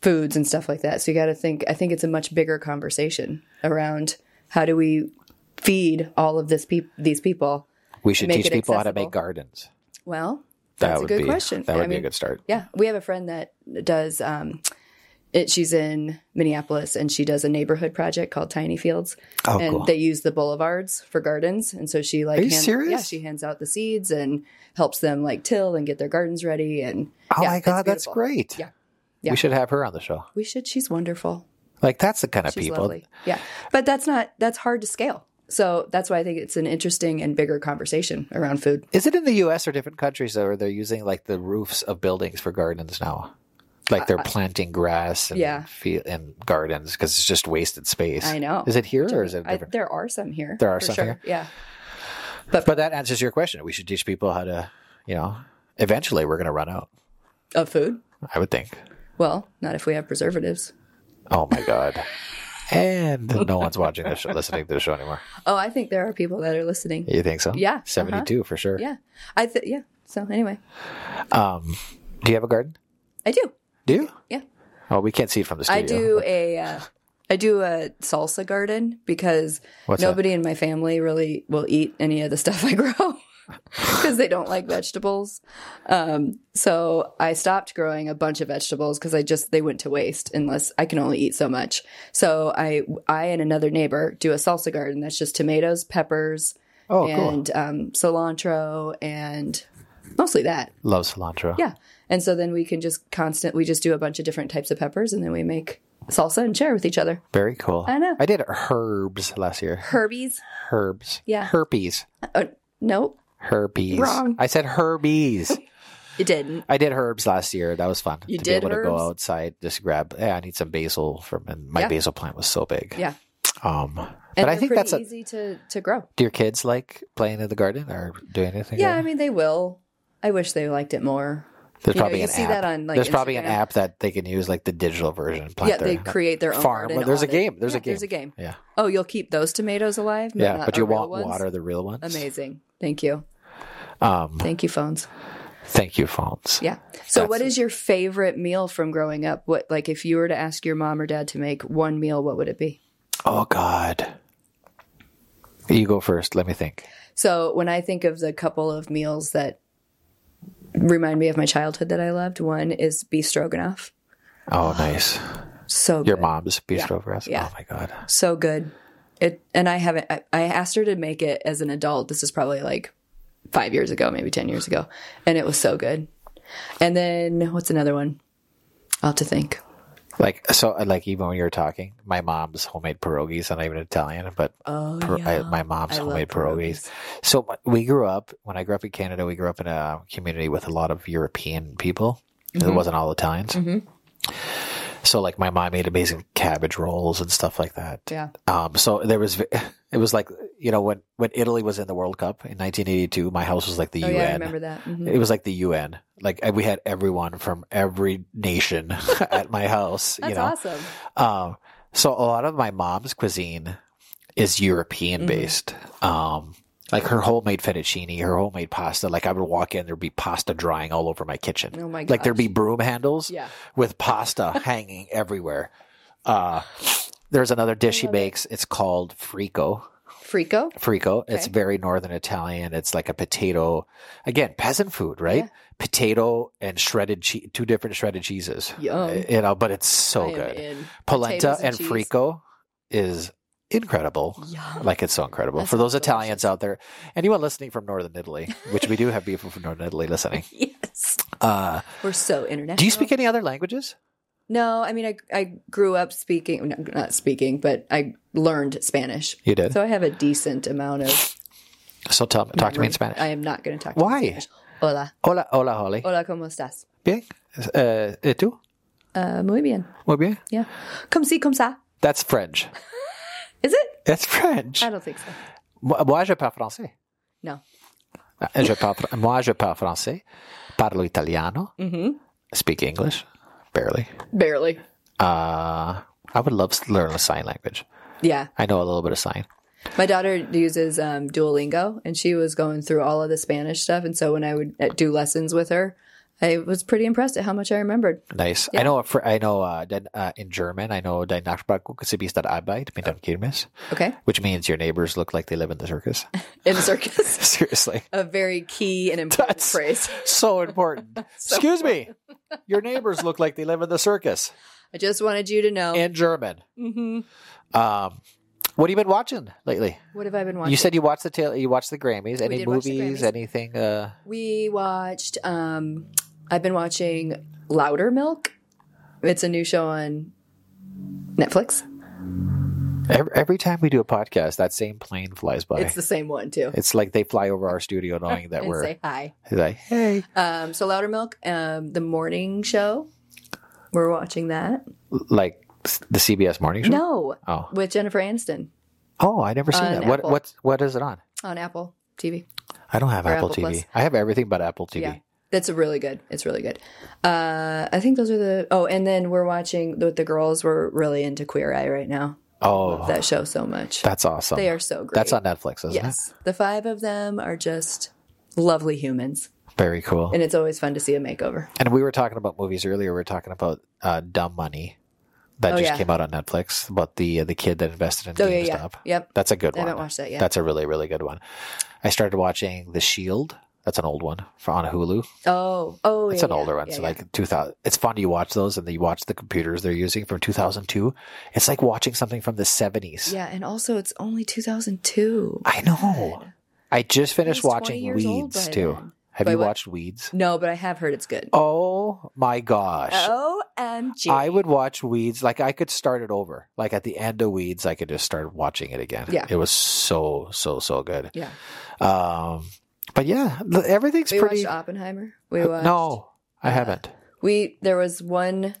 foods and stuff like that. So you got to think. I think it's a much bigger conversation around how do we feed all of this peop these people.
We should
Make
teach
it
people how to
accessible.
make gardens.
Well,
That
That's a
would
good
be
question.
that would
I
be a
mean,
good start.
Yeah, we have a friend that does. Um, it, she's in Minneapolis, and she does a neighborhood project called Tiny Fields,
Oh,
and
cool.
they use the boulevards for gardens. And so she like,
Are you
hand-
serious?
Yeah, she hands out the seeds and helps them like till and get their gardens ready. And
oh
yeah,
my
it's
god, that's
beautiful.
great.
Yeah. Yeah.
We should have her on the show.
We should. She's wonderful.
Like that's the kind of
She's
people.
lovely. Yeah, but that's not that's hard to scale. So that's why I think it's an interesting and bigger conversation around food.
Is it in the U.S. or different countries though, where they're using like the roofs of buildings for gardens now? Like they're planting grass and
Uh, Yeah.
fe- and gardens because it's just wasted space.
I know.
Is it here or is it
I,
different?
there are some here.
There are
for
some
sure.
here?
Yeah.
but that answers your question. We should teach people how to, you know, eventually we're going to run out.
Of food.
I would think.
Well, not if we have preservatives.
Oh my god! and no one's watching this, show, listening to the show anymore.
Oh, I think there are people that are listening.
You think so?
Yeah, uh-huh.
seventy-two for sure.
Yeah. I th- yeah. So anyway,
Um, do you have a garden?
I do.
Do you?
Yeah.
Oh, we can't see it from the studio.
I do a uh, I do a salsa garden because
What's that?
nobody in my family really will eat any of the stuff I grow because they don't like vegetables. Um, so I stopped growing a bunch of vegetables because I just they went to waste unless I can only eat so much. So I I and another neighbor do a salsa garden that's just tomatoes, peppers,
Oh, cool.
and um, cilantro and mostly that.
Love cilantro.
Yeah. And so then we can just constant we just do a bunch of different types of peppers and then we make salsa and share with each other.
Very cool.
I know.
I did herbs last year.
Herbies?
Herbs.
Yeah.
Herpes.
Uh, nope.
Herpes.
Wrong.
I said herpes.
It didn't.
I did herbs last year. That was fun.
You
to
did
be able to
herbs?
go outside, just grab. Yeah, I need some basil from, and my
Yeah.
basil plant was so big.
Yeah.
Um,
And
but I
they're
think
pretty
that's a,
easy to to grow.
do your kids like playing in the garden or doing anything?
Yeah,
like
I mean they will. I wish they liked it more.
there's
you know,
probably
you
an
see
app.
that on, like,
there's probably an
Instagram.
app that they can use, like the digital version. Plant
yeah, they
their-
create their own
farm.
garden
Well, there's a
on it.
game. There's a
Yeah,
game.
There's a game.
Yeah,
Oh, you'll keep those tomatoes alive? but
yeah,
not
but
the
you
real
want
ones?
water the real ones.
Amazing. Thank you.
Um,
Thank you, phones.
thank you, phones.
Yeah. So, what is your favorite meal from growing up? What, like, if you were to ask your mom or dad to make one meal, what would it be?
Oh God. You go first. Let me think.
So when I think of the couple of meals that remind me of my childhood that I loved, one is beef stroganoff.
Oh, nice.
So
Your
good.
mom's bistro for us.
Yeah.
Oh my god.
so good. It and I haven't. I, I asked her to make it as an adult. This is probably like five years ago, maybe ten years ago, and it was so good. And then what's another one? I'll have to think.
Like so, like even when you were talking, my mom's homemade pierogies. I'm not even Italian, but
Oh
pier-
yeah,
I- my mom's
I love
homemade pierogies. So my- we grew up. When I grew up in Canada, we grew up in
Mm-hmm.
a community with a lot of European people. It wasn't all Italians. So like my mom made amazing cabbage rolls and stuff like that.
Yeah.
Um, so there was, it was like you know when when Italy was in the World Cup in 1982, my house was like the
Oh
UN.
yeah, I remember that. Mhm.
It was like the UN. Like I- we had everyone from every nation at my house.
That's
you know,
awesome.
um, so a lot of my mom's cuisine is European based.
Mm-hmm.
Um, like her homemade fettuccine, her homemade pasta. Like I would walk in, there'd be pasta drying all over my kitchen.
Oh my
Like there'd
gosh.
be broom handles
Yeah.
with pasta hanging everywhere. Uh, there's another dish she makes. It's called frico.
Frico.
Frico. It's
Okay.
very northern Italian. It's like a potato, again, peasant food, right?
Yeah.
Potato and shredded cheese, two different shredded cheeses.
Yum.
You know, but it's so
I am
good.
in.
Polenta
Potatoes and
and
cheese.
frico is incredible.
Yum.
Like it's so incredible.
That
For those
sounds
Italians out there, anyone listening from northern Italy, which we do have people from northern Italy listening.
Yes.
Uh,
We're so international.
do you speak any other languages?
No, I mean I I grew up speaking no, not speaking, but I learned Spanish.
You did.
So I have a decent amount of
So tell, talk to me in Spanish.
I am not going to talk.
Why?
To you in Spanish. Hola.
Hola, hola, Holly.
Hola, ¿cómo estás?
Bien. Uh, ¿Y tú?
Uh, muy bien.
Muy bien.
Yeah. Come see, come sa.
That's French.
Is it?
That's French.
I don't think so.
Moi, moi, je parle français. Eh,
No.
Je parle, fr- moi, je parle français. Parlo italiano. Speak English, barely.
Barely.
Uh, I would love to learn a sign language.
Yeah.
I know a little bit of sign.
My daughter uses um, Duolingo, and she was going through all of the Spanish stuff. And so when I would uh, do lessons with her, I was pretty impressed at how much I remembered.
Nice. I know. a fr- I know. Uh, den- uh, in German, I know "Dein Nachbar guckt sich bis der Arbeit mit dem Kirmes,"
Okay,
which means your neighbors look like they live in the circus.
in a circus,
Seriously,
a very key and important
That's-
phrase.
so important. Excuse me. Your neighbors look like they live in the circus
I just wanted you to know.
in German. Mm-hmm. Um, what have you been watching lately?
what have I been watching?
You said you watched the tail. You watched the Grammys. Any
did watch the
movies?
Grammys.
Anything? Uh,
we watched. Um, I've been watching Louder Milk. It's a new show on Netflix.
every, every time we do a podcast, that same plane flies by.
It's
It's,
the same one too.
like they fly over our studio, knowing that
And
we're
say hi.
like, hey,
Um, so Louder Milk, um, the morning show. We're watching that.
like s- the CBS morning show.
No, Uh,
Oh,
with Jennifer Aniston
oh, I never seen
On
that. What
Apple.
what what is it on?
on Apple TV.
I don't have
Or
Apple,
Apple
TV.
Plus.
I have everything but Apple TV.
Yeah, that's really good. It's really good. Uh, I think those are the. Oh, and then we're watching the, the girls. We're really into Queer Eye right now.
Oh,
That show so much.
that's awesome.
they are so great.
That's on Netflix, isn't
Yes, the five of them are just lovely humans,
it? Very cool.
and it's always fun to see a makeover.
And we were talking about movies earlier. We were talking about uh, Dumb Money that
Oh,
just
yeah.
came out on Netflix about the uh, the kid that invested in
Oh, yeah,
GameStop.
yeah. Yep.
That's a good
I
one.
haven't watched that yet.
That's a really really good one. I started watching The Shield. That's an old one for on Hulu.
Oh, oh,
It's
yeah,
an older
yeah,
one.
yeah,
so
yeah.
like 2000. It's fun you watch those and then you watch the computers they're using from 2002. It's like watching something from the 70s.
yeah, and also it's only 2002.
I know. I just finished
was 20
watching
years old
Weeds
by
too.
then.
Have
By
you
what?
watched Weeds?
No, but I have heard it's good.
Oh my gosh.
OMG.
I would watch Weeds. Like I could start it over. Like at the end of Weeds, I could just start watching it again.
Yeah.
it was so so so good.
yeah.
Um, but yeah, l- everything's
We
pretty. Uh,
watched Oppenheimer. We watched. uh,
no, I haven't.
We there was one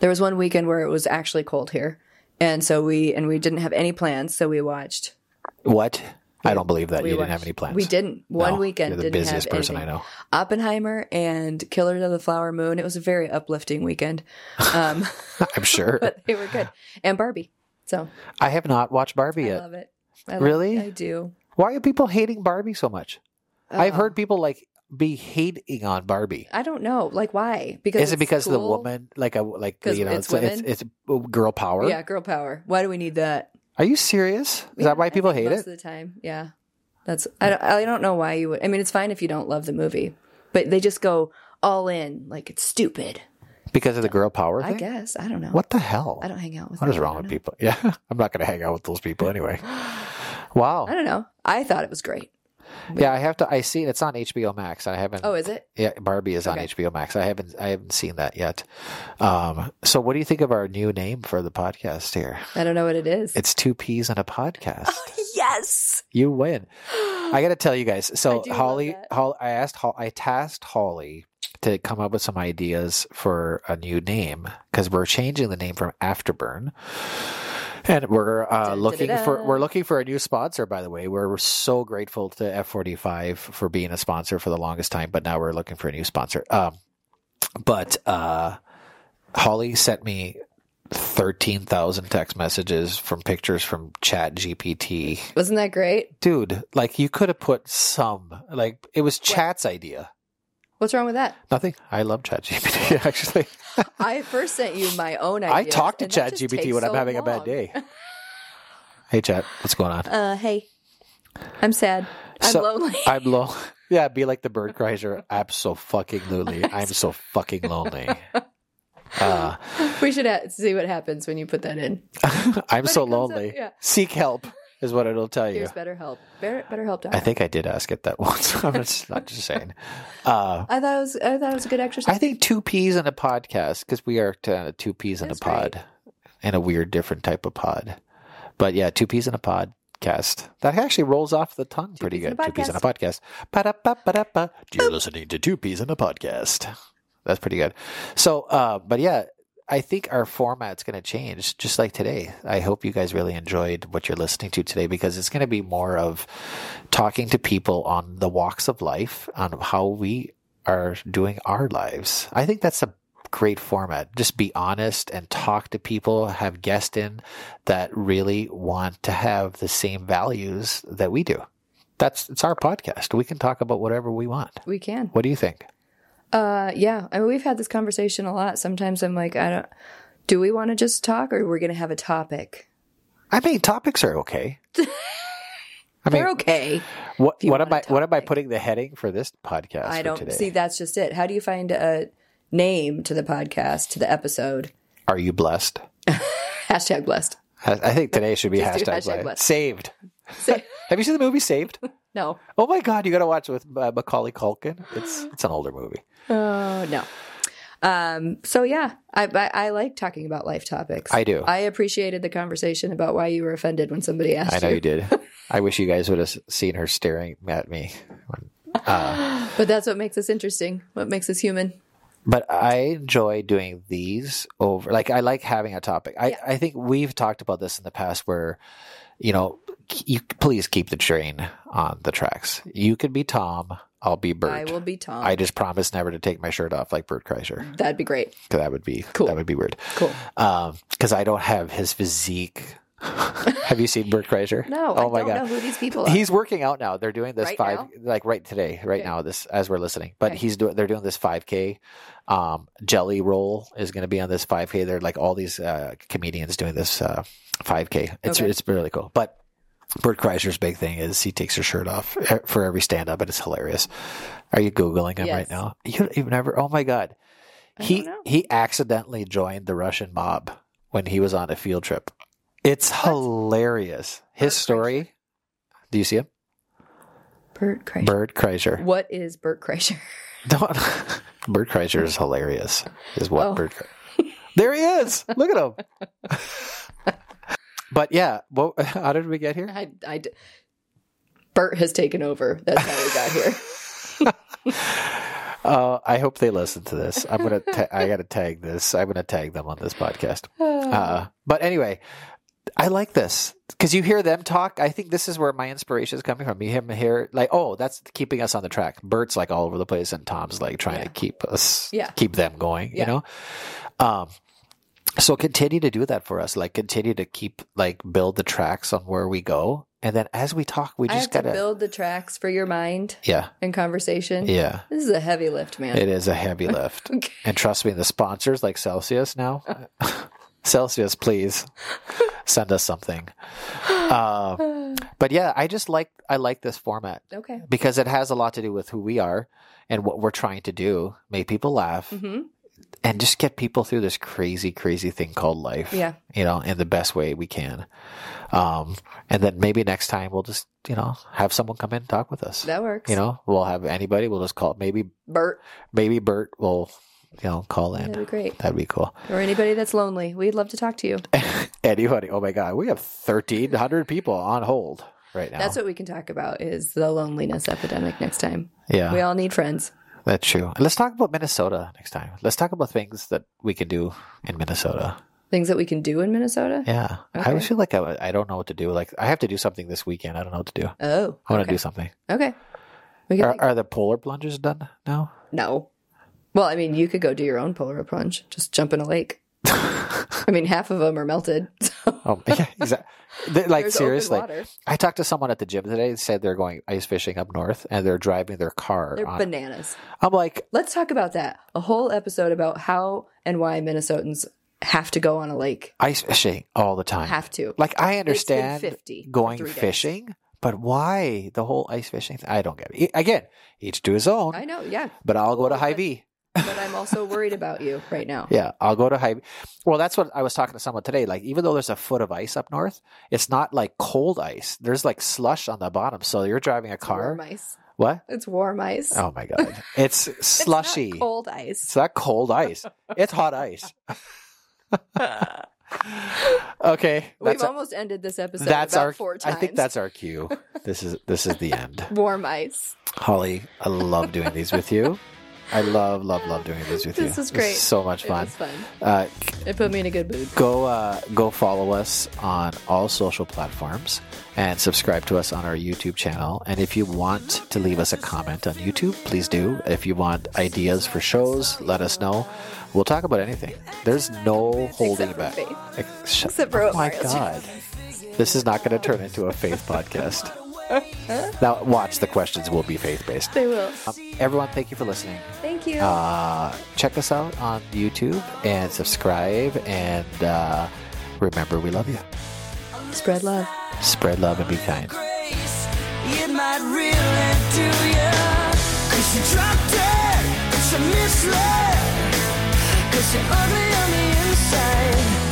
there was one weekend where it was actually cold here. And so we and we didn't have any plans, so we watched.
What? I don't believe that
We
you didn't have
watched-
any plans.
We didn't. One
No,
weekend
You're the
didn't
busiest
have
person
anything.
I know.
Oppenheimer and Killers of the Flower Moon. It was a very uplifting weekend. Um,
I'm sure.
but they were good. And Barbie. So
I have not watched Barbie
I
yet.
love it. I love
Really?
it. I do.
Why are people hating Barbie so much? I've
Uh,
heard people like be hating on Barbie.
I don't know. Like why? Because
Is it
it's
because of the
cool?
woman, like a like
'Cause
you know,
it's
it's it's,
women?
it's girl power?
Yeah, girl power. Why do we need that?
Are you serious? Is
Yeah,
that why
I
people
think
hate
most
it?
of the time? Yeah, that's I don't, I don't know why you would. I mean, it's fine if you don't love the movie, but they just go all in like it's stupid.
Because of the girl power
I
thing?
guess I don't know.
What the hell?
I don't hang out with.
What is
them. I
wrong
don't
with
know.
people? Yeah, I'm not going to hang out with those people anyway. Wow.
I don't know. I thought it was great.
Yeah, I have to. I see it's on HBO Max. I haven't.
Oh, is it?
Yeah, Barbie is on
Okay.
HBO Max. I haven't. I haven't seen that yet. Um, so, what do you think of our new name for the podcast here?
I don't know what it is.
It's two peas and a podcast.
yes.
you win. I got to tell you guys. So
do love
Holly,
that.
Hol- I asked. Hol- I tasked Holly to come up with some ideas for a new name because we're changing the name from Afterburn, and we're uh, looking for
Da-da-da-da.
we're looking for a new sponsor. By the way, we're so grateful to F forty five for being a sponsor for the longest time, but now we're looking for a new sponsor. Um, but uh, Holly sent me. 13,000 text messages from pictures from chat GPT
Wasn't that great?
dude like you could have put some like it was chat's idea
What's wrong with that?
nothing i love chat gpt actually
I first sent you my own idea.
i talk to chat gpt when i'm having a bad day hey chat what's going on
Uh, hey, I'm sad. I'm
So-
lonely.
i'm low yeah be like the bird crusher i'm so fucking lonely i'm so fucking lonely uh,
we should ha- see what happens when you put that in.
i'm so
it comes up,
lonely
yeah.
seek help is what it'll tell you
Here's BetterHelp. Better, BetterHelp.
i think i did ask it that once i'm just not just saying uh,
I thought it was. I thought it was a good exercise.
I think two peas in a podcast because we are uh, two peas in a
That's
pod and a weird different type of pod. But yeah, two peas in a podcast. That actually rolls off the tongue pretty
peas in
good.
a
Two peas in a podcast. Ba-da-ba-ba-da-ba. You're listening to two peas in a podcast. That's pretty good. So, uh, but yeah, I think our format's going to change just like today. I hope you guys really enjoyed what you're listening to today because it's going to be more of talking to people on the walks of life, on how we are doing our lives. I think that's a great format. Just be honest and talk to people, have guests in that really want to have the same values that we do. That's it's our podcast. We can talk about whatever we want.
we can.
What do you think?
Uh, yeah. I mean, we've had this conversation a lot. Sometimes I'm like, I don't. Do we want to just talk, or we're gonna have a topic?
I mean, topics are okay. I mean,
They're okay.
What
you
what
want
am I
a
what am I
topic.
putting the heading for this podcast?
I
for
don't
today?
see. That's just it. How do you find a name to the podcast to the episode?
Are you blessed?
Hashtag blessed.
I, I think today should be
Just do
hashtag,
hashtag
blessed.
blessed.
saved.
Say-
Have you seen the movie Saved?
no.
Oh my god, you got to watch it with uh, Macaulay Culkin. It's it's an older movie.
Oh no. Um, so yeah, I, I I like talking about life topics.
I do.
I appreciated the conversation about why you were offended when somebody asked
I know
you.
you did. I wish you guys would have seen her staring at me. when-
But that's what makes us interesting. What makes us human.
But I enjoy doing these over. Like I like having a topic. I I think we've talked about this in the past where, you know, k- you please keep the train on the tracks. You could be Tom. I'll be Bert.
I will be Tom.
I just promise never to take my shirt off like Bert Kreischer.
That'd be great.
'Cause that would be
Cool.
that would be weird.
Cool.
Because I don't have his physique. have you seen Bert Kreischer?
No,
Oh
I
my
don't
god.
know who these people are.
He's working out now. They're doing this
Right
five,
now?
like right today, right
Okay.
now. This as we're listening, but
Okay.
he's doing. They're doing this five k. Um, Jelly Roll is going to be on this five k. They're like all these uh, comedians doing this uh, five k. It's
Okay.
it's really cool. But Bert Kreischer's big thing is he takes her shirt off e- for every stand up, and it's hilarious. Are you googling him right
Yes.
now? You, you've never. Oh my god. He
don't know.
he accidentally joined the Russian mob when he was on a field trip. It's hilarious. His story. Do you see him?
Bert Kreischer.
Bird Kreischer.
What is Bert Kreischer?
Don't. Bird Kreischer is hilarious. Is what
Oh.
Bird. There he is. Look at him. but yeah, well, how did we get here?
I, I d- Bert has taken over. That's how we got here.
Uh, I hope they listen to this. I'm gonna. Ta- I gotta tag this. I'm gonna tag them on this podcast.
Oh.
Uh, but anyway, I like this because you hear them talk. I think this is where my inspiration is coming from. You hear him here, like, oh, that's keeping us on the track. Bert's like all over the place, and Tom's like trying to
Yeah.
keep us,
Yeah.
keep them going.
Yeah.
You know. Um. So continue to do that for us. Like continue to keep like build the tracks on where we go, and then as we talk, we
I
just
have
gotta
to build the tracks for your mind
yeah
and conversation.
yeah.
This is a heavy lift, man.
It is a heavy lift. And trust me, the sponsors like Celsius now. Celsius, please send us something. Uh, but yeah, I just like I like this format
okay.
because it has a lot to do with who we are and what we're trying to do. Make people laugh
hmm
and just get people through this crazy, crazy thing called life.
Yeah.
You know, in the best way we can. Um, and then maybe next time we'll just, you know, have someone come in and talk with us.
That works.
you know, we'll have anybody, we'll just call maybe
Bert.
maybe Bert will, you know, call in.
That'd be great.
That'd be cool.
Or anybody that's lonely. We'd love to talk to you.
Anybody? Oh my God, we have thirteen hundred people on hold right now.
That's what we can talk about is the loneliness epidemic next time.
yeah,
We all need friends.
That's true. And Let's talk about Minnesota next time. Let's talk about things that we can do in Minnesota.
Things that we can do in Minnesota.
Yeah. I always feel like I, I don't know what to do. Like, I have to do something this weekend. I don't know what to do.
Oh,
I want
okay.
to do something.
Okay. We can
Are,
think-
are the polar plungers done now?
no. Well, I mean, you could go do your own polar plunge. Just jump in a lake. I mean, half of them are melted. So
Oh, yeah, exactly. like,
there's
seriously.
open water.
I talked to someone at the gym today and said they're going ice fishing up north and they're driving their car.
They're
on-
bananas.
I'm like,
Let's talk about that. A whole episode about how and why Minnesotans have to go on a lake.
ice fishing all the time.
Have to.
Like, I
It's been
understand
50 for
going
three days.
fishing, but why the whole ice fishing? Thing? I don't get it. E- Again, each to his own,
I know, yeah.
but I'll go to Hy-Vee.
But I'm also worried about you right now.
Yeah, I'll go to Hy. Well, that's what I was talking to someone today. Like, even though there's a foot of ice up north, it's not like cold ice. There's like slush on the bottom. So you're driving a car.
Warm ice.
What?
It's warm ice.
Oh my god, it's
It's not
slushy.
cold ice.
It's not cold ice. It's hot ice. okay,
We've
that's
almost ended this episode.
that's
about
our.
four
I
times.
think that's our cue. This is this is the end.
warm ice.
Holly, I love doing these with you. I love love love doing these with you.
This is great.
so much
It
fun.
was fun.
Uh,
It put me in a good mood.
go uh, go follow us on all social platforms and subscribe to us on our YouTube channel. And if you want to leave us a comment on YouTube, please do. If you want ideas for shows, let us know. We'll talk about anything. There's no holding
for
back.
faith.
Ex-
Except for
oh my
Omar's.
god, this is not going to turn into a faith podcast. now, watch the questions will be faith based.
They will.
Everyone, thank you for listening
Thank you.
uh, check us out on YouTube and subscribe. And uh, remember, we love you.
Spread love.
Spread love and be kind.
grace, it might really do ya. Cause you dropped dead, cause you misled, cause you're ugly on the inside.